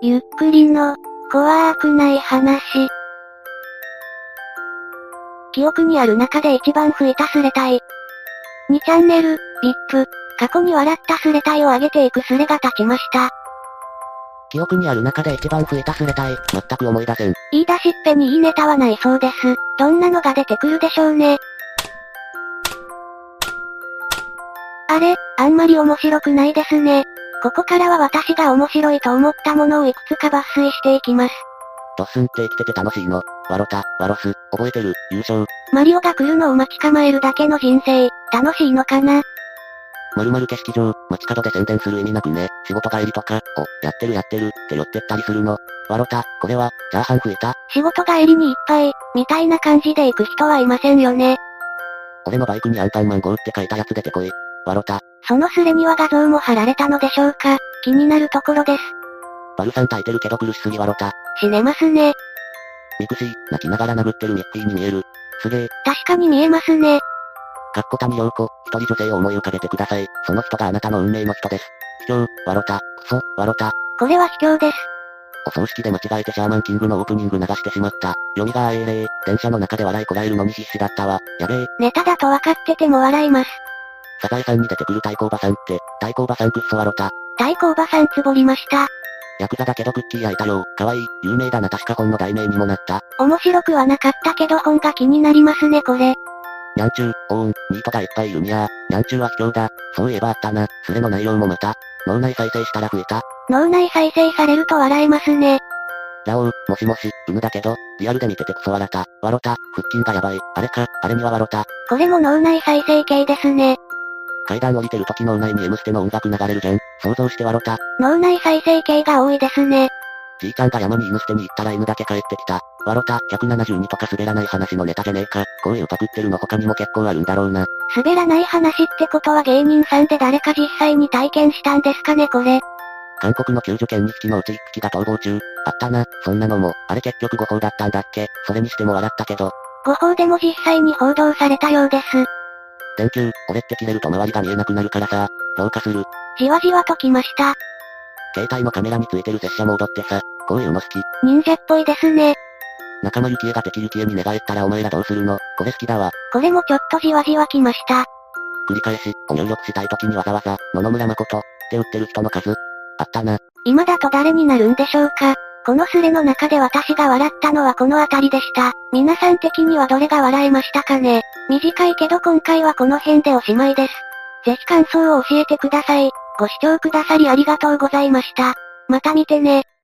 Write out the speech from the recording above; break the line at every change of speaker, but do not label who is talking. ゆっくりの、怖くない話。記憶にある中で一番増えたスレタイ。2チャンネル、VIP、過去に笑ったスレタイを上げていくスレが立ちました。
記憶にある中で一番増えたスレタイ、全く思い出せん。
言い出しっぺにいいネタはないそうです。どんなのが出てくるでしょうね。あれ、あんまり面白くないですね。ここからは私が面白いと思ったものをいくつか抜粋していきます。
ドッスンって生きてて楽しいの。ワロタ、ワロス、覚えてる、優勝。
マリオが来るのを待ち構えるだけの人生、楽しいのかな
まるまる景色上、街角で宣伝する意味なくね。仕事帰りとか、お、やってるやってる、って寄ってったりするの。ワロタ、これは、チャーハン増えた。
仕事帰りにいっぱい、みたいな感じで行く人はいませんよね。
俺のバイクにアンパンマン5って書いたやつ出てこい。ワロタ、
そのスレには画像も貼られたのでしょうか気になるところです。
バルさん耐えてるけど苦しすぎワロタ。
死ねますね。
ミクシー、泣きながら殴ってるミッキーに見える。すげえ、
確かに見えますね。
かっこ谷陽子、一人女性を思い浮かべてください。その人があなたの運命の人です。卑怯、ワロタ、クソ、ワロタ。
これは卑怯です。
お葬式で間違えてシャーマンキングのオープニング流してしまった。読みがあえれー、電車の中で笑いこらえるのに必死だったわ。やべえ、
ネタだと分かってても笑います。
サザエさんに出てくる太鼓おばさんって、太鼓おばさんクッソワロタ。
太鼓おばさんつぼりました。
ヤクザだけどクッキー焼いたよ。かわいい、有名だな確か本の題名にもなった。
面白くはなかったけど本が気になりますねこれ。
ニャンチュー、オーン、ニートがいっぱいいるにゃー。ニャンチューは卑怯だ。そういえばあったな。スレの内容もまた。脳内再生したら増えた。
脳内再生されると笑えますね。
ラオウ、もしもし、犬だけど、リアルで見ててクソ笑った。笑った、腹筋がやばい。あれか、あれには笑った。
これも脳内再生系ですね。
階段降りてる時脳内に M ステの音楽流れるじゃん。想像して笑った。
脳内再生系が多いですね。
じいちゃんが山に犬捨てに行ったら犬だけ帰ってきた。笑った、172とか滑らない話のネタじゃねえか。こういうパクってるの他にも結構あるんだろうな。
滑らない話ってことは芸人さんで誰か実際に体験したんですかねこれ。
韓国の救助犬2匹のうち1匹が逃亡中。あったな、そんなのも。あれ結局誤報だったんだっけ。それにしても笑ったけど。
誤報でも実際に報道されたようです。
電球、俺って切れると周りが見えなくなるからさ。老化する。
じわじわときました。
携帯のカメラについてる拙者モードってさ。こういうの好き。
忍者っぽいですね。
仲間由紀恵が敵由紀恵に寝返ったらお前らどうするのこれ好きだわ。
これもちょっとじわじわきました。
繰り返し、を入力したい時にわざわざ、野々村誠、って売ってる人の数。あったな。
今だと誰になるんでしょうかこのスレの中で私が笑ったのはこのあたりでした。皆さん的にはどれが笑えましたかね短いけど今回はこの辺でおしまいです。ぜひ感想を教えてください。ご視聴くださりありがとうございました。また見てね。